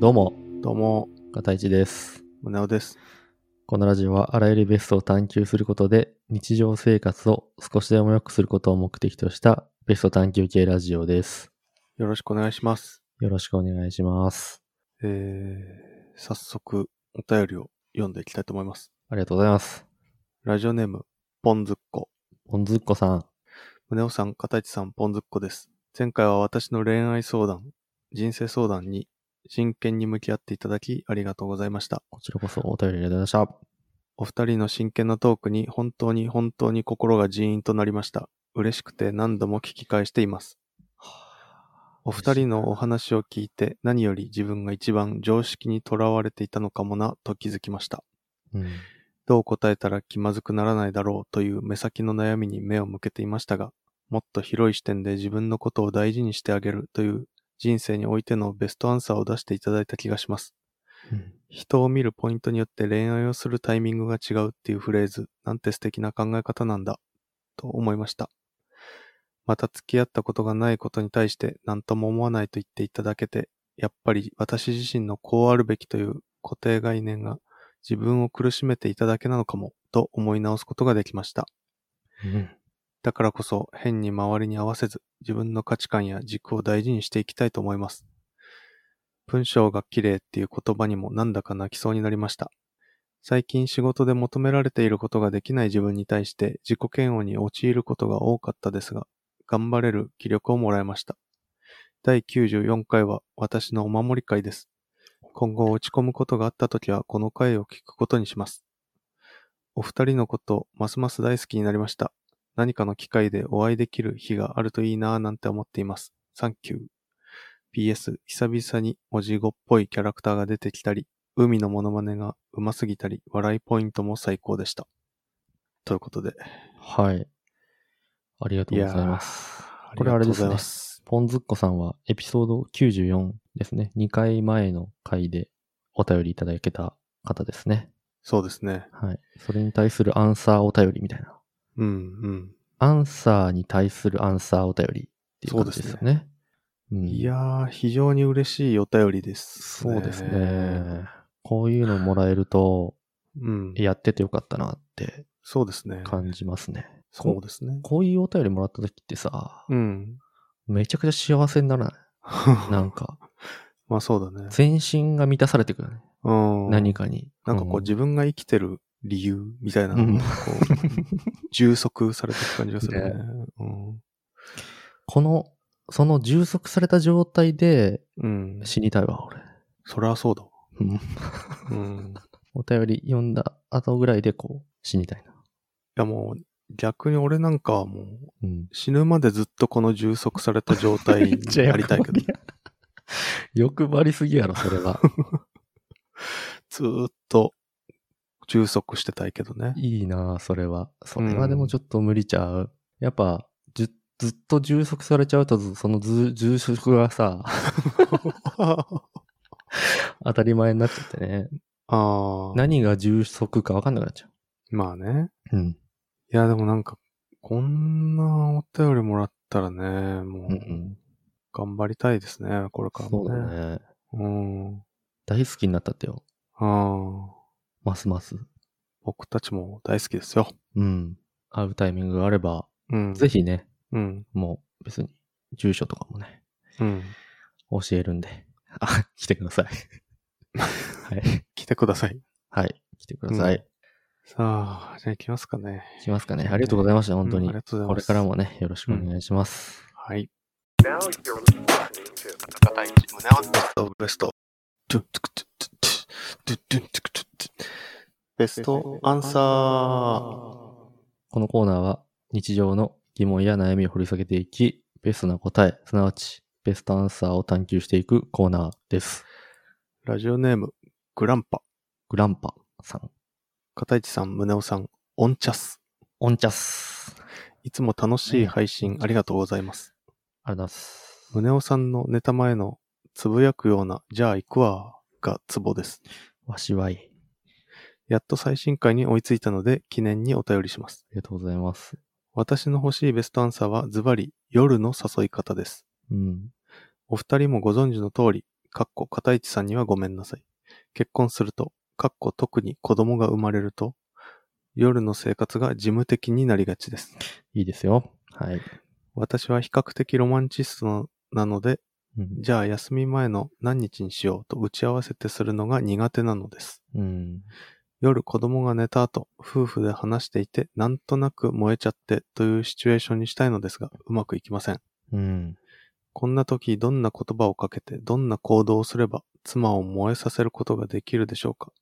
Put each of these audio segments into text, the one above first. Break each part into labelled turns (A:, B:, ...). A: どうも、
B: どうも、
A: 片市です。
B: 胸尾です。
A: このラジオはあらゆるベストを探求することで、日常生活を少しでも良くすることを目的としたベスト探求系ラジオです。
B: よろしくお願いします。
A: よろしくお願いします。
B: えー、早速、お便りを読んでいきたいと思います。
A: ありがとうございます。
B: ラジオネーム、ポンズッコ。
A: ポンズッコさん。
B: 胸尾さん、片市さん、ポンズッコです。前回は私の恋愛相談、人生相談に真剣に向き合っていただき、ありがとうございました。
A: こちらこそお便りありがとうございまし
B: お二人の真剣なトークに本当に本当に心がジーンとなりました。嬉しくて何度も聞き返しています。お二人のお話を聞いて何より自分が一番常識にとらわれていたのかもなと気づきました。
A: た。うん。
B: どう答えたら気まずくならないだろうという目先の悩みに目を向けていましたが、もっと広い視点で自分のことを大事にしてあげるという人生においてのベストアンサーを出していただいた気がします。
A: うん
B: 人を見るポイントによって恋愛をするタイミングが違うっていうフレーズ、なんて素敵な考え方なんだ、と思いました。また付き合ったことがないことに対して何とも思わないと言っていただけて、やっぱり私自身のこうあるべきという固定概念が自分を苦しめていただけなのかも、と思い直すことができました。
A: うん。
B: だからこそ変に周りに合わせず自分の価値観や軸を大事にしていきたいと思います。文章が綺麗っていう言葉にもなんだか泣きそうになりました。最近仕事で求められていることができない自分に対して自己嫌悪に陥ることが多かったですが、頑張れる気力をもらいました。第94回は私のお守り会です。今後落ち込むことがあった時はこの回を聞くことにします。お二人のこと、ますます大好きになりました。何かの機会でお会いできる日があるといいなぁなんて思っています。サンキュー。PS、久々におじごっぽいキャラクターが出てきたり、海のモノマネがうますぎたり、笑いポイントも最高でした。ということで。
A: はい。ありがとうございます。
B: す。
A: これあれですね
B: ありがとうございます。
A: ポンズッコさんはエピソード94ですね。2回前の回でお便りいただけた方ですね。
B: そうですね。
A: はい。それに対するアンサーお便りみたいな。
B: うんうん。
A: アンサーに対するアンサーお便りっていう感じですよね。うん
B: いやー、非常に嬉しいお便りです、
A: そうですね。こういうのもらえると、
B: うん。
A: やっててよかったなって
B: そうですね。
A: 感じますね。
B: そうですね。
A: こういうお便りもらった時ってさ、
B: うん。
A: めちゃくちゃ幸せになら ないなんか、
B: まあそうだね。
A: 全身が満たされてくるね。
B: うん。
A: 何かに。
B: なんかこう
A: うん
B: 自分が生きてる理由みたいなの
A: うん
B: がこう 充足されていく感じがするね。うん
A: この、その充足された状態で
B: うん。
A: 死にたいわ、俺。
B: そりゃそうだ わ。
A: うん
B: うん。い
A: お便り読んだ後ぐらいでこう、死にたいな。
B: やもう逆に俺なんかはもう
A: うん。
B: 死ぬまでずっとこの充足された状態になり たいけど、
A: 欲張りすぎやろ、それは。
B: ずーっと充足してたいけ どね。
A: いいなあそれは。それ
B: う
A: は
B: ん
A: でもちょっと無理ちゃう。やっぱ、じゅずっと充足されちゃうと、ずそのず充足がさ、
B: あ
A: 当たり前になっちゃってね。
B: あ。
A: 何が充足か分かんなくなっちゃ
B: まあね。
A: う。うん。
B: いやでもなんかこんなお便りもらったらね、も
A: うんう。
B: うん頑張りたいですね、これから
A: そう
B: もね。
A: だね。
B: うん。
A: 大好きになったってよ。
B: ああ、
A: ますます。
B: 僕たちも大好きですよ。
A: うん。会うタイミングがあれば、
B: うん。
A: ぜ
B: ひ。
A: ひね、
B: うん。
A: もう別に、住所とかもね、
B: うん。
A: 教えるんで。あ、来てく ださい。はい。
B: 来てください。
A: はい。来てください。
B: さあ、じゃあ行きますかね。
A: 来ますかね。ありがとうございました、本当
B: うん
A: に
B: あり。がとうござ
A: こ
B: いま
A: れ
B: す。
A: から。もね、よろしくお願いします。
B: はい。ベストベストアンサー。
A: このコーナーは、日常の疑問や悩みを掘り下げていき、ベストな答え、すなわち、ベストアンサーを探求していくコーナーです。
B: ラジオネーム、グランパ。
A: グランパさん、
B: 片市さん、宗男さん、オンチャス。
A: オンチャス。
B: いつも楽しい配信ありがとうございます。
A: ありがとうございます。
B: 宗男さんのネタ前のつぶやくような、じゃあ行くわがツボです。
A: わしわい。あ
B: やっと最新回に追いついたので記念にお便りします。
A: りがとうございます。
B: 私の欲しいベストアンサーはズバリ夜の誘い方です。
A: うん。
B: お二人もご存知の通り、かっこ片市さんにはごめんなさい。結婚すると、かっこ特に子供が生まれると、夜の生活が事務的になりがちです。
A: いいですよ。はい。
B: 私は比較的ロマンチストなので、
A: うん。
B: じゃあ休み前の何日にしようと打ち合わせてするのが苦手なのです。
A: うん。
B: 夜子供が寝た後、夫婦で話していて、なんとなく燃えちゃってというシチュエーションにしたいのですが、うまくいきません。
A: うん。
B: こんな時、どんな言葉をかけて、どんな行動をすれば、妻を燃えさせることができるでしょうか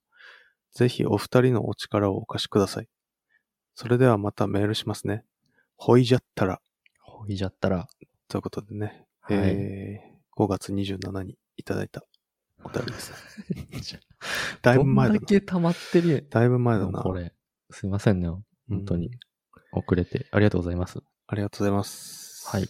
B: ぜひお二人のお力をお貸しください。それではまたメールしますね。ほいじゃったら、
A: ほいじゃったら、
B: ということでね、
A: はい
B: えー、5月27日にいただいたお便りです。
A: じゃ
B: だい
A: ど
B: ぶ
A: ん
B: 前だ
A: だ
B: な。
A: け溜まってる
B: だいぶ前だ
A: の
B: な。
A: これ。すいませんね。本当に
B: うん。
A: 遅れて。ありがとうございます。
B: ありがとうございます。
A: はい。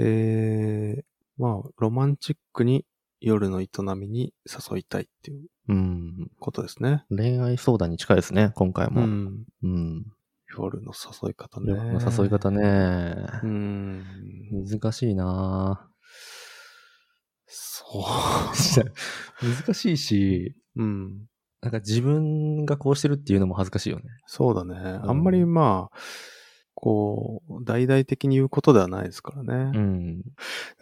B: えー、まあ、ロマンチックに夜の営みに誘いたいっていう
A: うん。
B: ことですね。
A: 恋愛相談に近いですね、今回
B: う
A: も。うん。
B: ん。夜の誘い方ね。
A: 夜の誘い。方ね。
B: うん。
A: 難しいな
B: そ
A: ぁ 難しいし、
B: う。うん。
A: なんか自分がこうしてるっていうのも恥ずかしいよね。
B: そうだね。あんまりまあ、こう、大々的に言うことではないですからね。
A: うん。
B: だ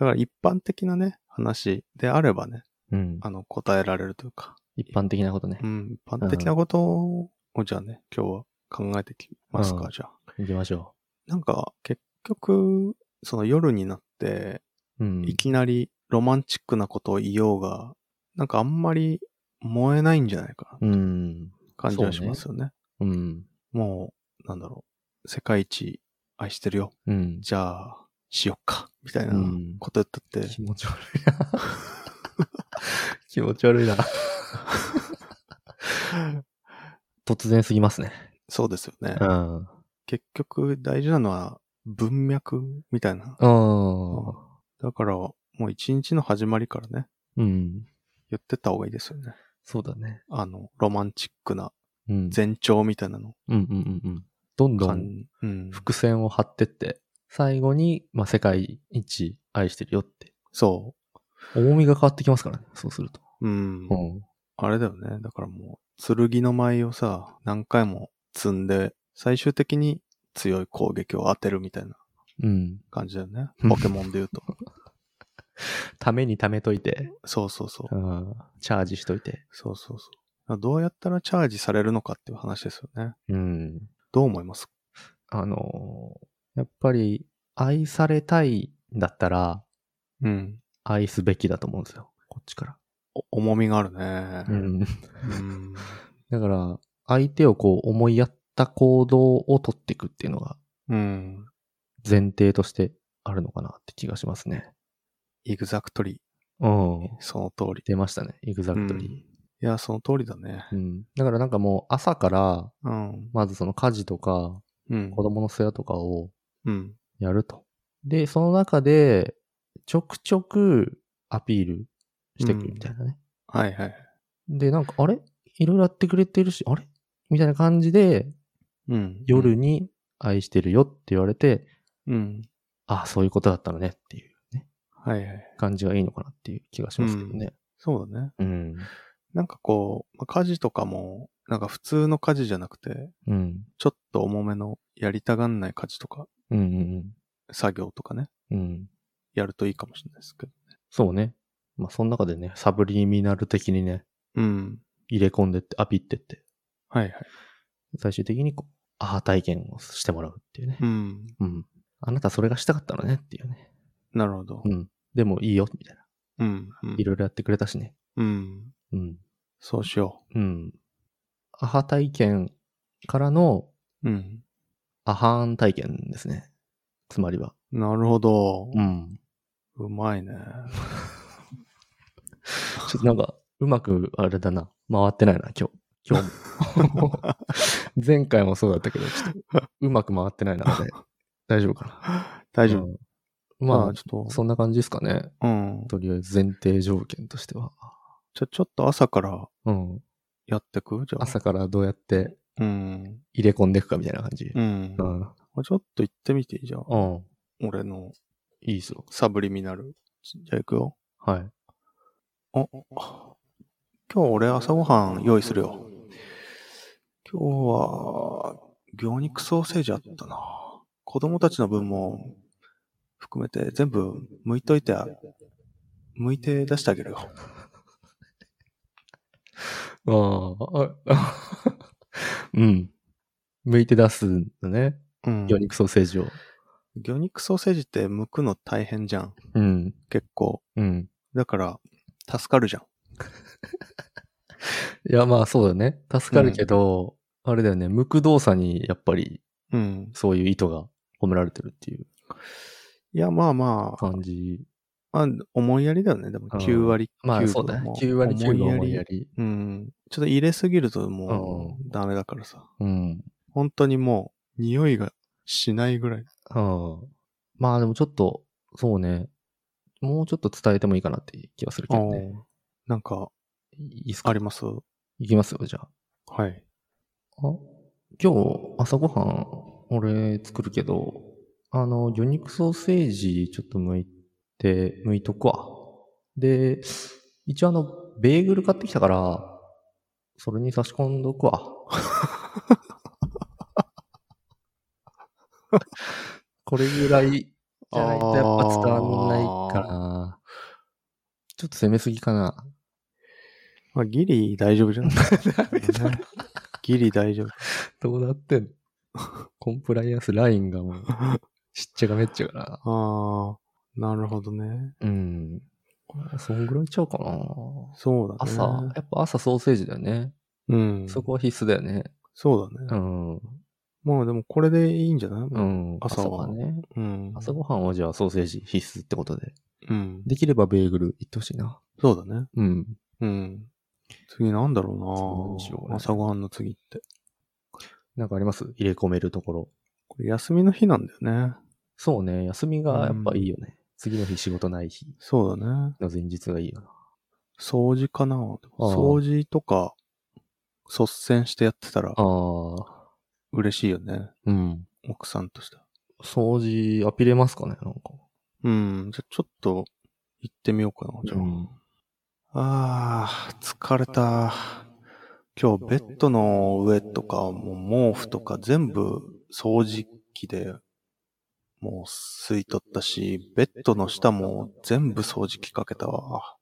B: から一般的なね、話であればね、
A: うん。
B: あの、答えられるというか、
A: 一般的なことね
B: う。ん、一般的なことを、じゃあね、今日は考えてきますか、
A: うん
B: じゃあ。
A: 行きましょ
B: なんか、結局、その夜になって、
A: う。うん。
B: いきなりロマンチックなことを言おうが、なんかあんまり燃えないんじゃないかな、
A: うん。
B: 感じ
A: そう
B: は
A: ね
B: しますよね。
A: うん。
B: もう、なんだろう、世界一愛してるよ。
A: うん。
B: じゃあ、しよっか、みたいな
A: うん
B: こと言ったって、
A: 気持ち悪いな。気持ち悪いな。突然すぎますね。
B: そうですよね。
A: うん。うん。
B: 結局大事なのは文脈みたいな。だから、もう一日の始まりからね、
A: うん。
B: 言ってった方がいいですよね。
A: そうだね。
B: あの、ロマンチックな
A: うん。
B: 前兆みたいなの。
A: うんうんうんうん。どんどん
B: 感うん。
A: 伏線を張ってって、最後に、まあ、世界一愛してるよって。
B: そ
A: 重みが変わってきますからね。そうすると。
B: う。うん。
A: うん。
B: あれだよね。だからもう、剣の舞をさ、何回も積んで、最終的に強い攻撃を当てるみたいな
A: うん。
B: 感じだよね。
A: うん
B: ポケモンで言うと。
A: ために貯めといて、
B: そうそうそう
A: う。ん、チャージしといて。
B: そうそうそう。どうやったらチャージされるのかっていう話ですよね。
A: うん。
B: どう思います
A: あのーやっぱり、愛されたいんだったら、
B: うん。
A: 愛すべきだと思うんですよ。こっちから。
B: お重みがあるね。
A: うん。
B: うん
A: だから、相手をこう思いやった行動をとっていくっていうのが
B: うん。
A: 前提としてあるのかなって気がしますね。
B: エグザクトリ
A: うん。
B: ー。その通り。
A: 出ましたね。エグザクトリ
B: いや、その通りだね。
A: ー。うん。だからなんかもう朝から、
B: うん。
A: まずその家事とか、
B: うん
A: 子。供の世話とかを
B: うん。
A: やると。で、その中で、ちょくちょくアピールしてくるみたいなね。
B: はいはい。
A: で、なんか、あれいろいろやってくれてるし、あれみたいな感じで、
B: うん。
A: 夜。に愛してるよって言われて、
B: うん。
A: ああ、そういうことだったのねっていうね、
B: はいはい。
A: 感じがいいのかなっていう気がしますけどね。
B: そうだね。
A: うん。
B: なんかこう、まあ家事とかも、なんか普通の家事じゃなくて、
A: うん。
B: ちょっと重めのやりたがんない家事とか、
A: うん。うん
B: 作業とかね、
A: うん。うん。
B: やるといいかもしれないですけど。
A: そうね。まあ、その中でね、サブリミナル的にね、
B: うん。
A: 入れ込んでって、アピってって、
B: はいはい。
A: 最終的にこう、アハ体験をしてもらうっていうね。
B: うん。
A: うん。あなたそれがしたかったのねっていうね。
B: なるほど
A: う。ん。でもいいよ、みたいな。
B: うん。うん
A: いろいろやってくれたしね。
B: うん。
A: うん。
B: そうしよ
A: うん。アハ体験からの
B: う。うん。
A: アハーン体験ですね。つまりは。
B: なるほど。
A: ん。
B: うまいね。
A: ちょっとなんか、うまくあれだな。回ってないな、今日。今日 も。前回もそうだったけど、ちょっとうまく回ってないな、あれ大丈夫かな。
B: 大丈夫。
A: 夫。
B: ま
A: ま
B: あ、ちょ
A: あ、
B: っ
A: そんな感じですかね。
B: と、うん。
A: とりあえず前提条件としては。
B: じゃあ、ちょっと朝から
A: うん。
B: やってくじゃあ。
A: 朝からどうやって
B: うん。
A: 入れ込んでいくかみたいな感じ。
B: うん。
A: うん。
B: ちょっと行ってみていいじゃん。
A: うん。
B: 俺の
A: いいですよ。
B: サブリミナル。じゃあ行くよ。
A: はい。
B: お、今日俺朝ごはん用意するよ。今日は、魚肉ソーセージあったな。子供たちの分も含めて全部剥いといて、剥いて出してあげるよ。
A: ああ、 あうん。剥いて出すんだね。
B: うん
A: 魚肉ソーセージを。
B: 魚肉ソーセージって剥くの大変じゃん。
A: うん。
B: 結構。
A: うん。
B: だから、助かるじゃん。
A: いや、まあそうだね。助かるけど、あれだよね。剥く動作に、やっぱり、
B: うん。
A: そういう意図が込められてるっていう
B: いや、まあまあ、
A: 感じ。
B: まあ、思いやりだよね。でも
A: うん
B: 9割9分
A: まあそうだね。9割9分思いやり。
B: うん。ちょっと入れすぎるともうダメだからさ。
A: うん。
B: 本当にもう匂いがしないぐらい。
A: うん。まあでもちょっと、そうね。もうちょっと伝えてもいいかなっていう気がするけどね。
B: うんなんか
A: いいっすか
B: あります
A: いきますよ、じゃあ。
B: はい。
A: あ、今日朝ごはん、俺作るけど、あの、魚肉ソーセージちょっと剥いて、剥いとくわ。で、一応あの、ベーグル買ってきたから、それに差し込んどくわ。 これぐらいじゃないとやっぱ伝わんないかな。ちょっと攻めすぎかな。
B: まあ、ギリ大丈夫じゃ ないギリ大丈夫。
A: どうなってんの コンプライアンスラインがもう、しっちゃがめっちゃから。
B: ああ、なるほどね。
A: うん。そんぐらいちゃうかな。
B: そうだね。
A: 朝、やっぱ朝ソーセージだよね。
B: うん。
A: そこは必須だよね。
B: そうだね。
A: うん。。
B: まあでもこれでいいんじゃないう
A: ん。
B: 朝は
A: ね。
B: うん。
A: 朝ごはんはじゃあソーセージ必須ってことで。
B: うん。
A: できればベーグル行ってほしいな。
B: そうだね。
A: うん。
B: うん。次なんだろうな
A: そうなんでしょうね
B: 朝ごはんの次って。
A: なんかあります入れ込めるところ。
B: これ休みの日なんだよね。
A: そうね。休みがやっぱいいよね。次の日仕事ない日
B: そうだね。
A: の前日がいいよな。
B: 掃除かな
A: ああ
B: 掃除とか、率先してやってたら
A: ああ。
B: 嬉しいよね。
A: うん。
B: 奥さんとしては。
A: 掃除、アピれますかねなんか。
B: うん。じゃあちょっと行ってみようかな。じゃあ。
A: うん
B: ああ、疲れた。今日ベッドの上とか、もう毛布とか全部掃除機でもう吸い取ったし、ベッドの下も全部掃除機かけたわ。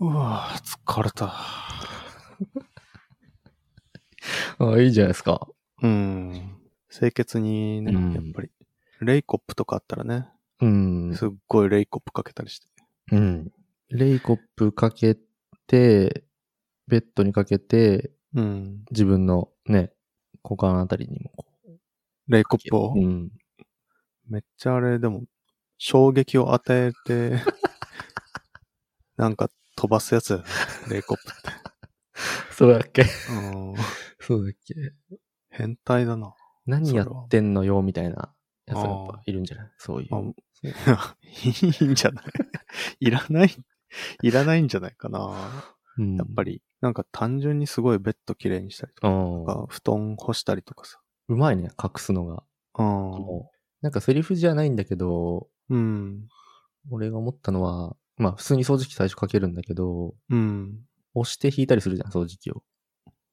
B: うわー疲れた。
A: ああ、いいじゃないですか。
B: うん。清潔にね、
A: うん
B: やっぱり。レイコップとかあったらね、
A: うん。
B: すっごいレイコップかけたりして。
A: うん。レイコップかけて、ベッドにかけて、
B: うん。
A: 自分のね、股間あたりにもこ
B: レイコップを
A: う。うん。
B: めっちゃあれ、でも、衝撃を与えて、 なんか飛ばすやつだよね、レイコップって。
A: そうだっけ
B: うん
A: そうだっけ
B: 変態だな。
A: 何やってんのよ、みたいなやつがやっぱいるんじゃないそういう。
B: あいいんじゃないいらない、いらないんじゃないかな。
A: うん
B: やっぱり、なんか単純にすごいベッド綺麗にしたりと
A: う
B: か、
A: ん
B: なんか布団干したりとかさ。
A: うまいね、隠すのが。
B: うん。
A: もうなんかセリフじゃないんだけど、
B: うん。
A: 俺が思ったのは、まあ普通に掃除機最初かけるんだけど、
B: うん。
A: 押して引いたりするじゃん、掃除機を。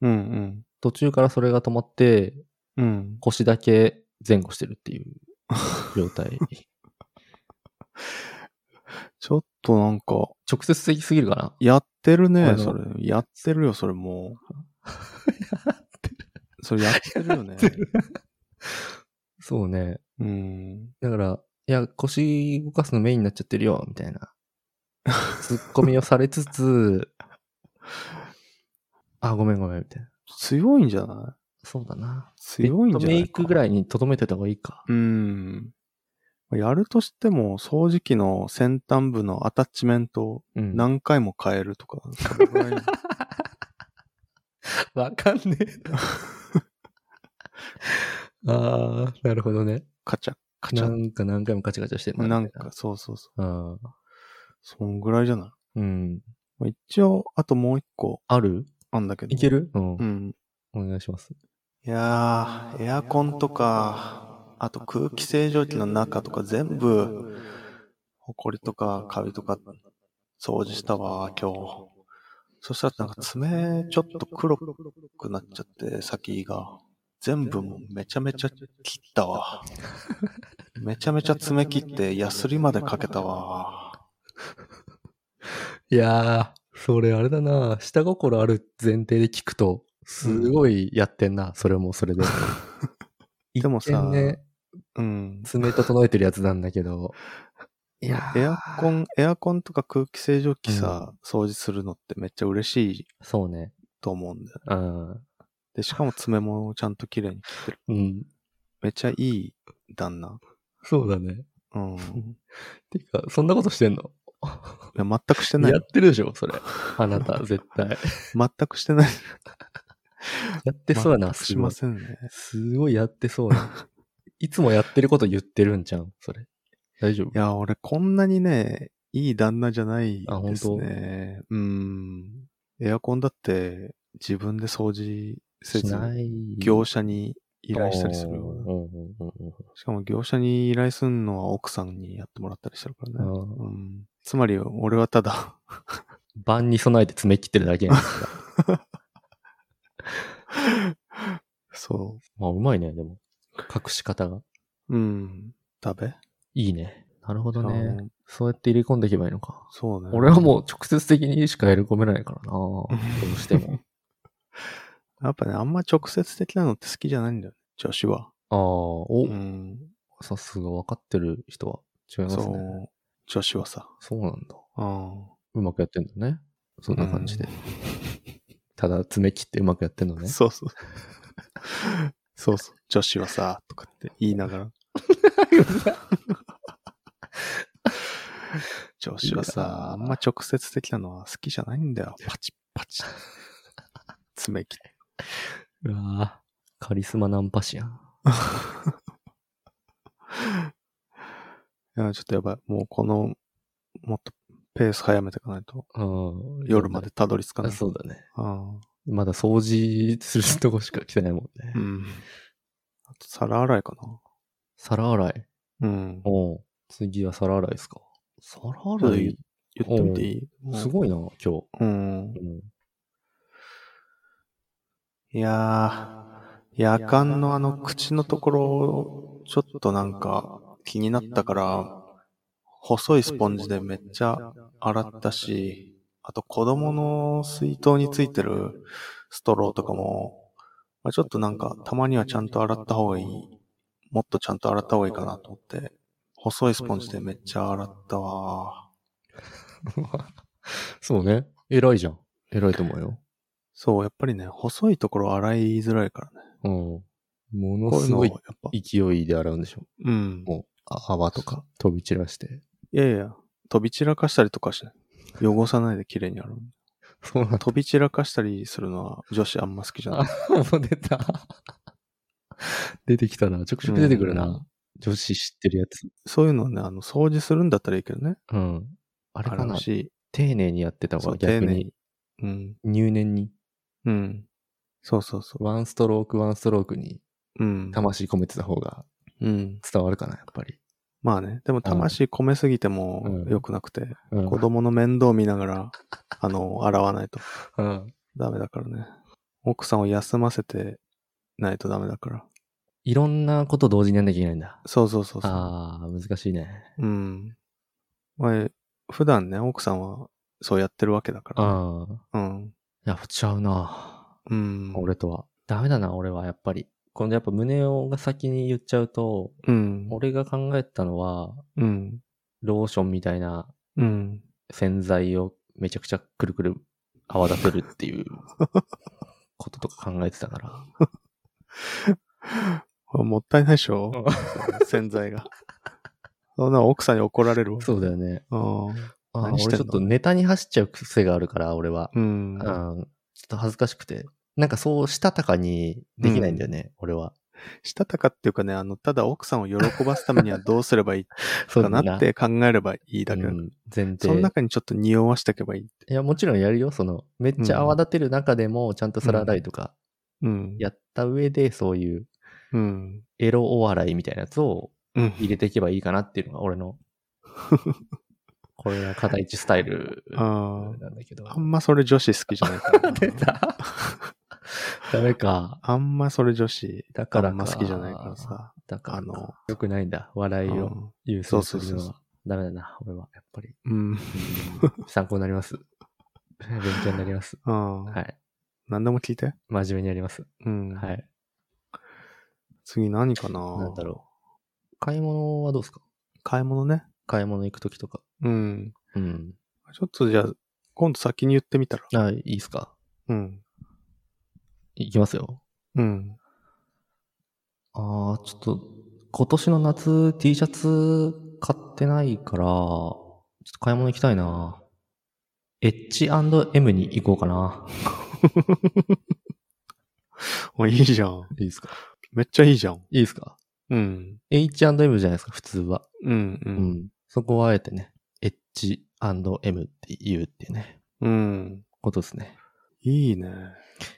B: うん。うん。
A: 途中からそれが止まって、
B: うん。
A: 腰だけ前後してるっていう状 態。
B: ちょっとなんか、
A: 直接的すぎるかな
B: やってる
A: あ
B: ね、
A: の
B: それ。やってるよ、それ もう。それやってるよね。
A: そうね。
B: うん。
A: だから、いや、腰動かすのメインになっちゃってるよ、みたいな。ツッコミをされつつ、 あ、ごめんごめん、みたいな。
B: 強いんじゃない
A: そうだな。
B: 強いんじゃな
A: ベッドメ
B: い
A: イクぐ
B: い。
A: らいに留めてた方がいいか。
B: うん。やるとしても、掃除機の先端部のアタッチメントを
A: うん
B: 何回も変えるとか。そのぐ らい
A: わかんねえ。 あー、なるほどね。
B: カチャ、カチ
A: な
B: ャ。
A: んか何回もカチャカチャしてる
B: なんか、。そうそうそう。
A: うん。
B: そんぐらいじゃない
A: うん。
B: まあ一応、あともう一個
A: ある
B: あんだけど。
A: いけるうん
B: う。ん。
A: お願いします。
B: いやー、エアコンとか、あと空気清浄機の中とか全部、ホコリとかカビとか掃除したわ、今日。そしたらなんか爪ちょっと黒くなっちゃって、先が。全部もうめちゃめちゃ切ったわ。めちゃめちゃ爪切って、ヤスリまでかけたわ。
A: いやー、それあれだな。下心ある前提で聞くと、すごいやってんな。それもそれで。
B: でもさ
A: 一見ね、
B: うん。
A: 爪整えてるやつなんだけど。いやー
B: エアコン、エアコンとか空気清浄機さ、掃除するのってめっちゃ嬉しい
A: そうね。
B: と思うんだよね。
A: うん。
B: で、しかも爪もちゃんと綺麗に切ってる。
A: うん。
B: めっちゃいい旦那。
A: そうだね。
B: うん。い
A: てか、そんなことしてんの
B: や、全くしてない
A: や。ってるでしょ、それ。あなた、 絶対。
B: 全くし てない。
A: やってそうやな、
B: 全く
A: す
B: し
A: ごい
B: ま。せんね。
A: すごいやってそうな。いつもやってること言ってるんじゃん、それ。大丈夫
B: いや、俺こんなにね、いい旦那じゃない
A: あ
B: ですね。うん。エアコンだって自分で掃除せ
A: し
B: ず、
A: ない。
B: 業
A: 者
B: 者に依頼したりするような。
A: う
B: しかも業者に依頼するのは奥さんにやってもらったりしてるからね。
A: ん。
B: うん、つまり、俺はただ、
A: 晩に備えて爪切ってるだ けなんですか
B: そ
A: まあ、うまいね、でも。隠し方が。
B: う。うん。食べ
A: いいね。なるほど
B: あ
A: ね
B: の。
A: そうやって入れ込んでいけばいいのか。
B: そうね。
A: 俺はもう直接的にしか入れ込めない からな。ど
B: うん
A: うしても。
B: やっぱね、あんま直接的なのって好きじゃないんだよね。女子は。
A: ああ、お、
B: うん。
A: さすが分かってる人は違います
B: そ
A: ね。
B: う。女子はさ。
A: そうなんだ。
B: うん。
A: うまくやってんだね。そんな感じで。ただ爪切ってうまくやってんのね。
B: そうそう。そうそう。女子はさ、とかって言いながら。女子はさ、あんま直接的なのは好きじゃないんだよ。パチッパチッ。爪切って。
A: うわぁカリスマナンパ師やん。
B: いや、ちょっとやばい。もうこの、もっとペース早めていかないと、
A: うん
B: 夜まで。たどり着かな
A: あ
B: い。
A: そうだね。
B: うん。
A: まだ掃除するとこしか来てないもんね。
B: うん。あと、皿洗いか
A: 皿洗い。
B: な。うん。
A: おう次は皿洗いですか。皿
B: ちょっと
A: 洗
B: 言
A: い
B: 言ってみていい
A: すごいな、今日。
B: うん。
A: うん
B: いやー、夜間のあの口のところ、ちょっとなんか気になったから、細いスポンジでめっちゃ洗ったし、あと子供の水筒についてるストローとかも、まあ、ちょっとなんかたまにはちゃんと洗った方がいい、もっとちゃんと洗った方がいいかなと思って、細いスポンジでめっちゃ洗ったわ。
A: そうね。偉いじゃん。偉いと思うよ。
B: そう、やっぱりね、細いところ洗いづらいからね。
A: うん。もの
B: こういう
A: す
B: の
A: ご
B: を
A: い
B: やっぱ、
A: 勢いで洗うんでしょ。
B: うん。
A: もう、あ泡とか飛び散らして。
B: いやいや、飛び散らかしたりとかしない。汚さないで綺麗にやる。
A: そうなんだ。
B: 飛び散らかしたりするのは女子あんま好きじゃない。
A: もう 出た。出てきたな。ちょくちょく出てくる
B: う
A: な。女子知ってるやつ。
B: そういうのね、あの、掃除するんだったらいいけどね。
A: うん。あれ
B: あ
A: かな
B: う。し、
A: 丁寧にやってた方
B: そ
A: が
B: う、丁
A: 逆
B: 寧
A: に
B: に。うん。
A: 入念に。
B: うん。そうそうそ
A: ワンストロークワンストロークに
B: う。うん。
A: 魂込めてた方が
B: うん。
A: 伝わるかな、やっぱり。
B: まあね、でも魂込めすぎても
A: うん
B: 良くなくて、
A: うん
B: 子供の面倒見ながら、あの、洗わないと
A: うん。
B: ダメだからね。奥さんを休ませてないとダメだから。
A: いろんなこと同時にやんなきゃいけないんだ。
B: そうそうそうそう。
A: ああ、難しいね。
B: うん。まあ、普段ね、奥さんはそうやってるわけだから。
A: ああ。
B: うん。
A: やっちゃうな、
B: うん。。
A: 俺とは。ダメだな、俺は、やっぱり。このやっぱ胸をが先に言っちゃうと、
B: うん。
A: 俺が考えてたのは、
B: うん。
A: ローションみたいな
B: うん。
A: 洗剤をめちゃくちゃくるくる泡立てるっていうこととか考えてたから。
B: もったいないでしょ洗剤が。そんな奥さんに怒られるわ。
A: そうだよね。
B: う
A: あー
B: 何してん
A: 俺
B: の
A: ちょっとネタに走っちゃう癖があるから、俺は。
B: ん。
A: う、
B: うんん。
A: ちょっと恥ずかしくて。なんかそうしたたかにできないんだよね、俺は。
B: したたかっていうかね、あの、ただ奥さんを喜ばすためにはどうすればいい
A: そう
B: かなって考えればいいだけだ
A: う
B: から。
A: ん、前提。
B: その中にちょっと匂わしていけばいい。
A: いや、もちろんやるよ。その、めっちゃ泡立てる中でも、ちゃんと皿洗いとか
B: うん。
A: やった上で、そういう
B: うん。
A: エロお笑いみたいなやつを
B: うん。
A: 入れていけばいいかなっていうのが俺の、これが片一スタイル
B: あー
A: なんだ けど。
B: あんまそれ女子好きじゃないからな
A: 出たダメか。
B: あんまそれ女子、
A: だか
B: あ
A: ら
B: んま好きじゃないから。さ。
A: だから、
B: あ
A: あの
B: の、
A: 良くないんだ。笑いを優
B: そ
A: 先
B: う
A: す
B: そう
A: るの
B: そうそう
A: はダメだな、俺は。やっぱ り。
B: うん。
A: 参考になります。勉強になり ます。
B: うん。
A: はい。
B: 何でも聞いて。
A: 真面目にやります。
B: うん。
A: はい。
B: 次何かな
A: なんだろう。買い物はどうですか
B: 買い物ね。
A: 買い物行くときとか。
B: うん。
A: うん。
B: ちょっとじゃあ、今度先に言ってみたら。
A: あ、いいっすか
B: うん。
A: 行きますよ。
B: うん。
A: ああ、ちょっと、今年の夏 T シャツ買ってないから、ちょっと買い物行きたいな。H&M に行こうかな。
B: おいいじゃん。
A: いいですか
B: めっちゃいいじゃん。
A: いいですか
B: うん。
A: ?H&M じゃないですか、普通は。
B: うん、う。
A: うんそこはあえてね、H&M って言うっていうね、
B: うん。
A: ことですね。
B: いいね。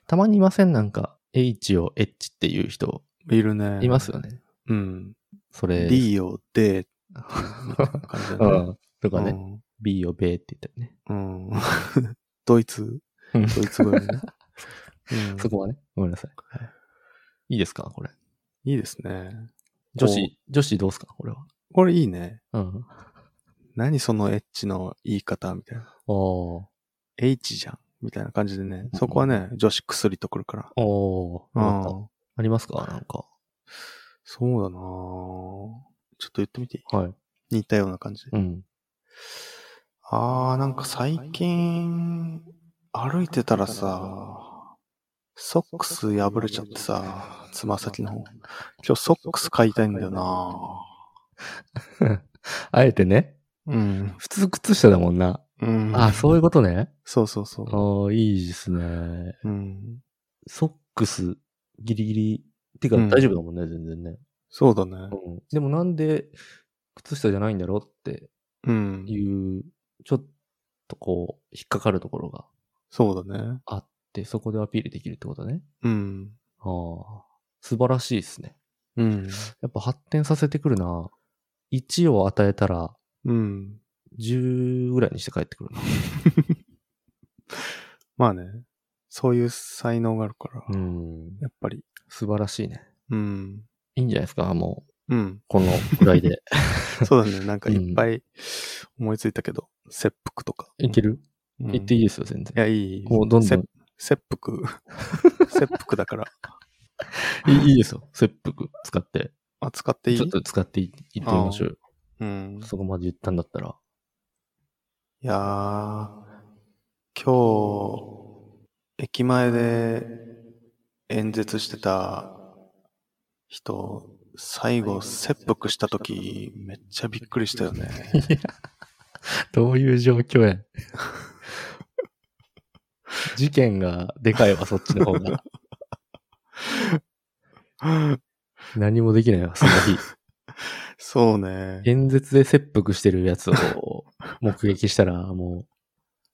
A: たまにいませんなんか、H を H っていう人、
B: いるね。
A: いますよね。
B: うん。
A: それ。
B: D を D って感じだ
A: う
B: ね。
A: ん。とかね、B をベーって言ったりね。
B: うん。うんドイツ、
A: う
B: ド
A: ん
B: イツ語よ ね。うん
A: そこはね、ごめんなさい。いいですかこれ。
B: いいですね。
A: 女
B: こ
A: 子、女子どうすかこれは。
B: う。これいいね。
A: うん。
B: 何そのエッチの言い方みたいな。
A: おー。
B: H じゃん。みたいな感じでね。そこはね、女子くすりとくるから。
A: おー。
B: うん
A: よかった。ありますかなんか。
B: そうだなぁちょっと言ってみていい
A: はい。
B: 似たような感じ。
A: うん。
B: あー、なんか最近、歩いてたらさ、ソックス破れちゃってさ、つま先の方。今日ソックス買いたいんだよな
A: あえてね、
B: ぁうん。
A: 普通靴下だもんな。
B: うん。
A: あ、そういうことね。
B: そうそうそう。
A: おー、いいですね。
B: うん。
A: ソックス、ギリギリ。てか
B: うん
A: 大丈夫だもんね、全然ね。
B: そうだね。
A: うん。でもなんで、靴下じゃないんだろうって
B: うん。
A: いう、ちょっとこう、引っかかるところが
B: そうだね。
A: あって、そこでアピールできるってことね。
B: うん。
A: ああ、素晴らしいですね。
B: うん。
A: やっぱ発展させてくるな。1を与えたら
B: うん。
A: 10ぐらいにして帰ってくるな。
B: まあね。そういう才能があるから。
A: うん。
B: やっぱり。
A: 素晴らしいね。
B: うん。
A: いいんじゃないですかもう、
B: うん。
A: このぐらい で。
B: そうだね。なんかいっぱい思いついたけど、切腹とか。
A: いける
B: うん
A: いっていいですよ、全然
B: い。や、いい。
A: もうどんどん
B: せ。切腹。 切腹だから。
A: いいいいですよ。切腹使って。
B: あ、使っていい
A: ちょっと使っていいってみましょうよ。
B: うん。
A: そこまで言ったんだったら。
B: いやー、今日、駅前で演説してた人、最後、切腹したとき、めっちゃびっくりしたよね。
A: どういう状況 や事件がでかいわ、そっちの方 が。何もできないわ、その 日。
B: そうね。
A: 演説で切腹してるやつを目撃したら、も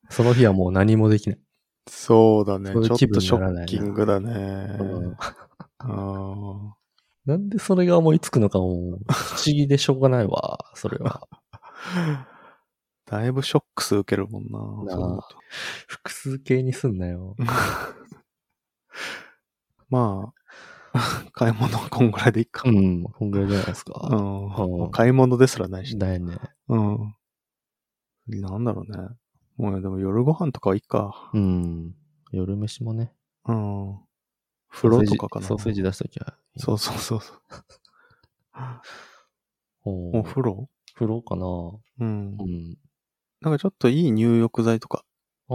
A: う、その日はもう何もできない。
B: そうだね。ち
A: そういう
B: ょっ
A: 気分
B: と
A: に
B: シ
A: な
B: ョ
A: らないな
B: ッキングだね。
A: うん
B: うん
A: なんでそれが思いつくのかも、不思議でしょうがないわ、それ は。
B: だいぶショックス受けるもん
A: なあ
B: な。そう思うと
A: 複数形にすんなよ。
B: まあ、 買い物はこんぐらいでいいか
A: う。ん、こんぐらいじゃないです
B: う
A: か。
B: ん
A: うん
B: 買い物ですらないし。
A: だよね。
B: うん。なんだろうね。もうでも夜ご飯とかはいいか。
A: うん。夜飯もね。
B: うん。風呂とかかな。
A: ソーセージソーセージ出しときゃ。
B: そうそうそうそう。
A: お
B: お
A: う。
B: 風呂
A: 風呂かな
B: うん。
A: うん。
B: なんかちょっといい入浴剤とか
A: あ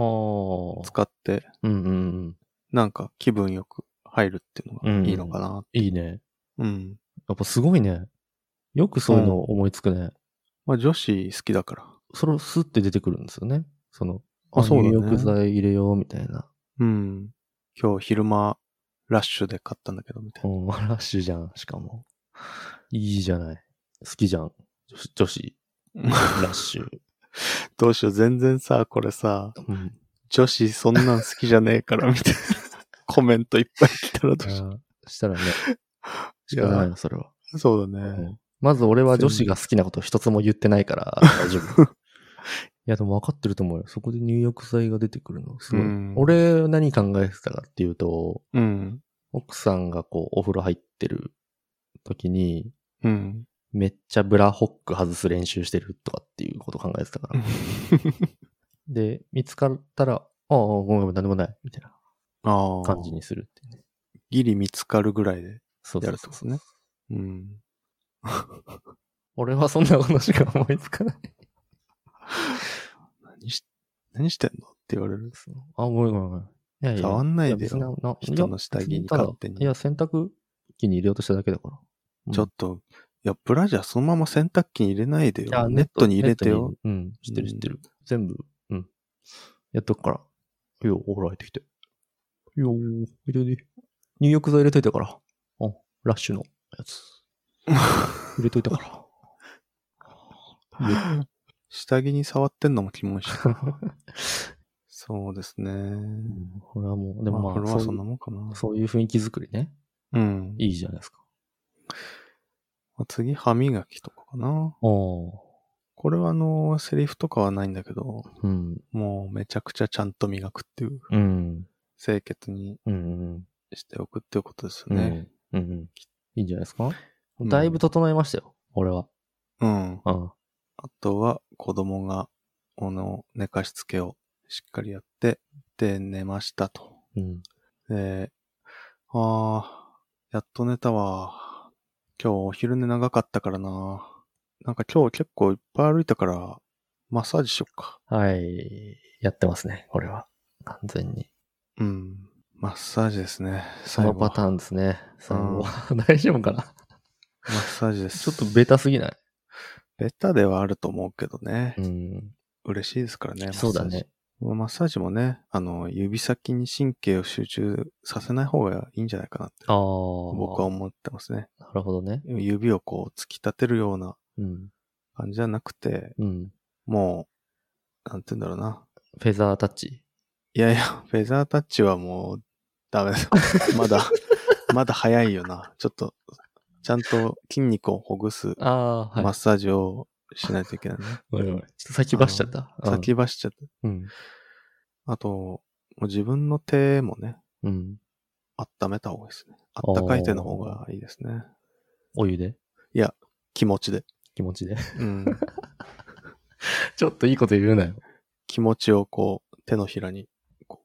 A: あ。
B: 使って、
A: うんうんうん。
B: なんか気分よく入るっていうのがいいのかな。
A: いいね。
B: うん。
A: やっぱすごいね。よくそういうの思いつくね。
B: まあ女子好きだから。
A: それをスッて出てくるんですよね。その、
B: あそうだね
A: 入浴剤入れようみたいな。
B: うん。今日昼間、ラッシュで買ったんだけど、みたいな。
A: うん、ラッシュじゃん、しかも。いいじゃない。好きじゃん。女子、女 子ラッシュ。
B: どうしよう、全然さ、これさ、
A: うん。
B: 女子そんなん好きじゃねえから、みたいな。コメントいっぱい来たらどうしよ
A: あーしたらね、
B: い
A: 仕
B: や
A: 方ないよ、それは。
B: う。そうだ
A: う
B: ね。
A: んまず俺は女子が好きなこと一つも言ってないから大丈夫。や、でも分かってると思うよ。そこで入浴剤が出てくるの。すごい。
B: うん
A: 俺、何考えてたかっていうと、
B: うん。
A: 奥さんがこう、お風呂入ってる時に、
B: うん。
A: めっちゃブラホック外す練習してるとかっていうこと考えてた から。で、見つかったら、ああ、ごめんごめん、何でもない。みたいな
B: ああ。
A: 感じにするっていうね。
B: ギリ見つかるぐらいで。
A: そうそうそう
B: やるってことね。うん。
A: 俺はそんなことしか思いつかない。
B: 何し、何してんのって言われる。
A: そうあ、ごめんごめんごめん。いやいや。
B: 触んないでよ
A: や別にな
B: 人
A: いや
B: の下着に
A: 別ただ
B: 勝手に
A: いや、洗濯機に入れようとしただけだから。うん
B: ちょっと、いや、ブラジャーそのまま洗濯機に入れないで
A: いや
B: よ。ネットに入れてよ。。
A: ネットにうん。知ってる
B: う
A: 知
B: ん
A: ってる。全部、うん。やっとくから。いいよ、お風呂入ってきて。いいよ、入れて。入浴剤入れといたから。うん。ラッシュのやつ。入れといたから。いいよ
B: 下着に触ってんのもキモ いし。そうですね。
A: うんこれはもう、で
B: で
A: も
B: も、
A: ま
B: まあ、これ
A: あ、
B: は
A: そ
B: そ
A: う
B: ん
A: い
B: な
A: う
B: もんかな。
A: そういう雰囲気作りね。
B: うん。
A: いいじゃないですか。
B: まあ次、歯磨きとかかな。
A: ああ。
B: これはあの、セリフとかはないんだけど、
A: うん。
B: もうめちゃくちゃちゃんと磨くっていう、
A: うん。
B: 清潔に
A: うんうん。
B: しておくっていうことです
A: う
B: よ
A: ん
B: ね。。
A: うんうん。いいんじゃないですか
B: うん
A: だいぶ整えましたよ、俺は。
B: うん。
A: うん。
B: あとは、子供が、この寝かしつけをしっかりやって、で、寝ましたと。
A: うん。
B: で、あー、やっと寝たわ。今日お昼寝長かったからな。なんか今日結構いっぱい歩いたから、マッサージしよっか。
A: はい。やってますね、これは。完全に。
B: うん。マッサージですね。
A: そ
B: 最後
A: の
B: は
A: パターンですね。最後は。 大丈夫かな
B: マッサージです。
A: ちょっとベタすぎない
B: ベタではあると思うけどね。
A: うん。
B: 嬉しいですからね。マッサ
A: そ
B: ージ
A: うだね。。
B: まあマッサージもね、あの、指先に神経を集中させない方がいいんじゃないかなって、
A: ああ。
B: 僕は思ってますね。
A: なるほどね。
B: 指をこう突き立てるような
A: うん。
B: 感じじゃなくて、
A: うん。
B: もう、なんて言うんだろうな。
A: フェザータッチ。
B: いやいや、フェザータッチはもう、ダメだ。まだ、まだ早いよな。ちょっと、ちゃんと筋肉をほぐす
A: ああ、
B: マ
A: は
B: ッサージをしないといけない ね。
A: い。ごめんごめんちょっと先走っちゃった。
B: 先走っちゃって。
A: うん。
B: あと、もう自分の手もね、
A: うん。
B: 温めた方がいいですね。あったかい手の方がいいですね。
A: お湯で
B: 気持ちで。
A: 気持ちで。
B: うん。
A: ちょっといいこと言うなよ。
B: 気持ちをこう、手のひらに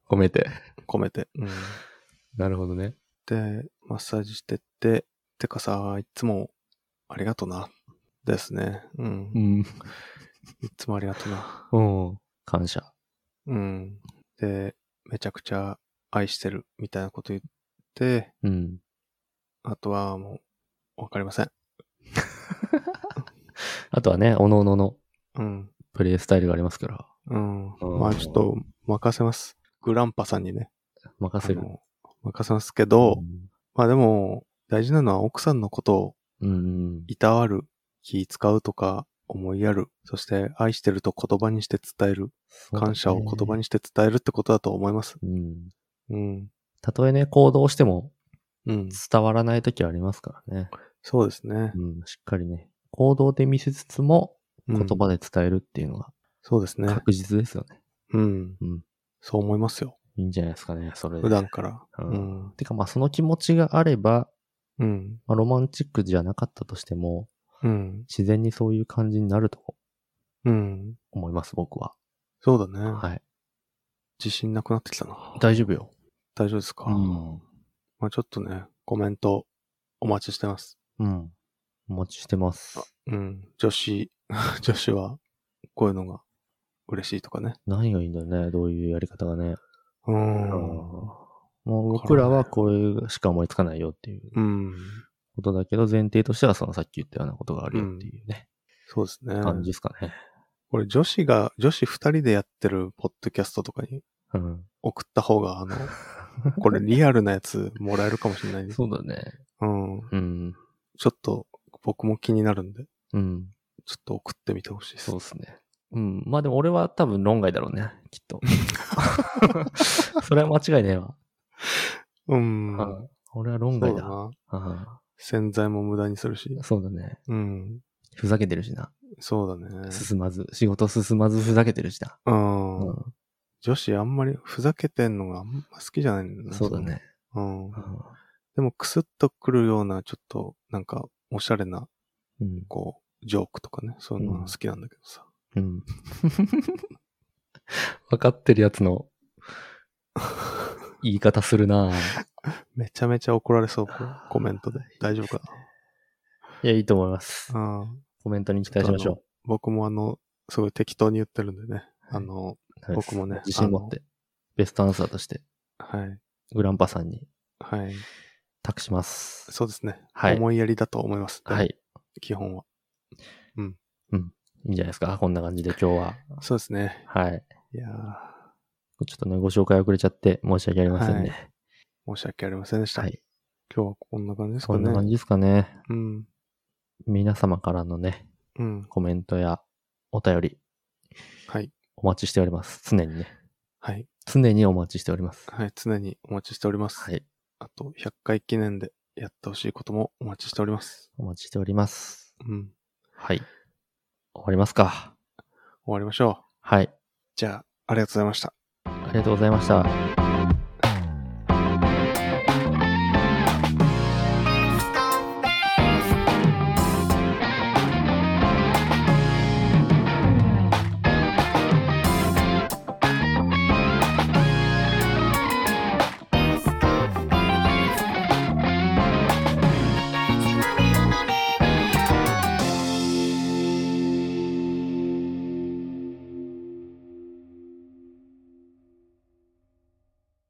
A: 褒めて。
B: 込めて。うん。
A: なるほどね。
B: で、マッサージしてって、てかさ、いつもありがとな。ですね。うん。
A: うん。
B: いつもありがとな。
A: うん。感謝。
B: うん。で、めちゃくちゃ愛してるみたいなこと言って、
A: うん。
B: あとはもう、わかりません。
A: あとはね、おののの
B: うん。
A: プレイスタイルがありますから、
B: うん。
A: うん
B: まあちょっと、任せます。グランパさんにね。
A: 任
B: あ
A: せる。
B: の任せますけど、まあでも、大事なのは奥さんのことを
A: うん。うん。
B: いたわる、気使うとか、思いやる、そして愛してると言葉にして伝える、感謝を言葉
A: に。
B: にして伝えるってことだと思います。
A: うん。
B: うん。
A: たとえね、行動しても
B: うん。
A: 伝わらない時はありますからね。
B: そうですね。
A: うん。しっかりね、行動で見せつつも
B: う
A: 言
B: ん
A: 葉で伝えるっていうのが
B: そうですね。
A: 確実ですよね。
B: うん。
A: うん
B: そう思いますよ。
A: いいんじゃないですかね、それで。
B: 普段から。
A: う
B: うん。
A: てかまあその気持ちがあれば、
B: うん。
A: まあ、ロマンチックじゃなかったとしても、
B: うん。
A: 自然にそういう感じになると
B: うん。
A: 思います、僕は。
B: そうだね。
A: はい。
B: 自信なくなってきたな。
A: 大丈夫よ。
B: 大丈夫ですか、
A: うん。
B: まあちょっとね、コメントお待ちしてます。
A: うん。お待ちしてます。
B: うん。女子、 女子はこういうのが嬉しいとかね。
A: 何がいいんだろうね、どういうやり方がね。
B: う
A: うん
B: ん。
A: もう僕らはこれしか思いつかないよっていう
B: うん。
A: ことだけど、前提としてはそのさっき言ったようなことがあるよっていうね、
B: そうですね。
A: 感じですかね。
B: これ女子が、女子二人でやってるポッドキャストとかに
A: うん。
B: 送った方が、 あの、これリアルなやつもらえるかもしれないね。
A: そうだね。
B: うん。
A: うん。
B: ちょっと僕も気になるんで、
A: うん。
B: ちょっと送ってみてほしいです。
A: そうですね。うん。まあでも俺は多分論外だろうね、きっ と。それは間違いねえわ。
B: うん。
A: うん俺は論
B: そうだ
A: 外だ。
B: な。
A: うん
B: 洗剤も無駄にするし。
A: そうだね。
B: うん。
A: ふざけてるしな。
B: そうだね。
A: 進まず、仕事進まずふざけてるしだ。
B: うん。
A: う
B: 女子あんまりふざけてんのがあんま好きじゃないんだ
A: ん。
B: な
A: そうだ。ね。
B: そのうん
A: う。ん
B: でもクスッとくるような、ちょっと、なんか、おしゃれな、
A: うん。
B: こう、ジョークとかね、そういうのが好きなんだけどさ。
A: うん。 わかってるやつ の言い方するなぁ
B: めちゃめちゃ怒られそう、こうコメントで。大丈夫か
A: いや、いいと思います。
B: な。うん。
A: コメントに期待しましょ
B: 僕もあの、すごい適当に言ってるんでね。あの、
A: う。
B: の僕もね
A: 自信持って、ベストアンサーとして、
B: はい。
A: グランパさんに
B: はい。
A: 託します。
B: そうですね。
A: はい
B: 思いやりだと思います。
A: はい。
B: 基本は。
A: いいんじゃないですか。こんな感じで今日は。
B: そうですね。
A: はい。
B: いやー
A: ちょっとね、ご紹介遅れちゃって申し訳ありませんね。
B: 申し訳ありませんでした。
A: はい。
B: 今日はこんな感じです
A: そ
B: か
A: んな感
B: ね。
A: じですかね。
B: うん。
A: 皆様からのね、
B: うん。
A: コメントやお便り、
B: はい。
A: お待ちしております。常にね。
B: はい。
A: 常にお待ちしております。
B: はい。常にお待ちしております。
A: はい。
B: あと、100回記念でやってほしいこともお待ちしております。
A: お待ちしております。
B: うん。
A: はい。終わりますか。
B: 終わりましょう。
A: はい。
B: じゃあ、ありがとうございました。
A: ありがとうございました。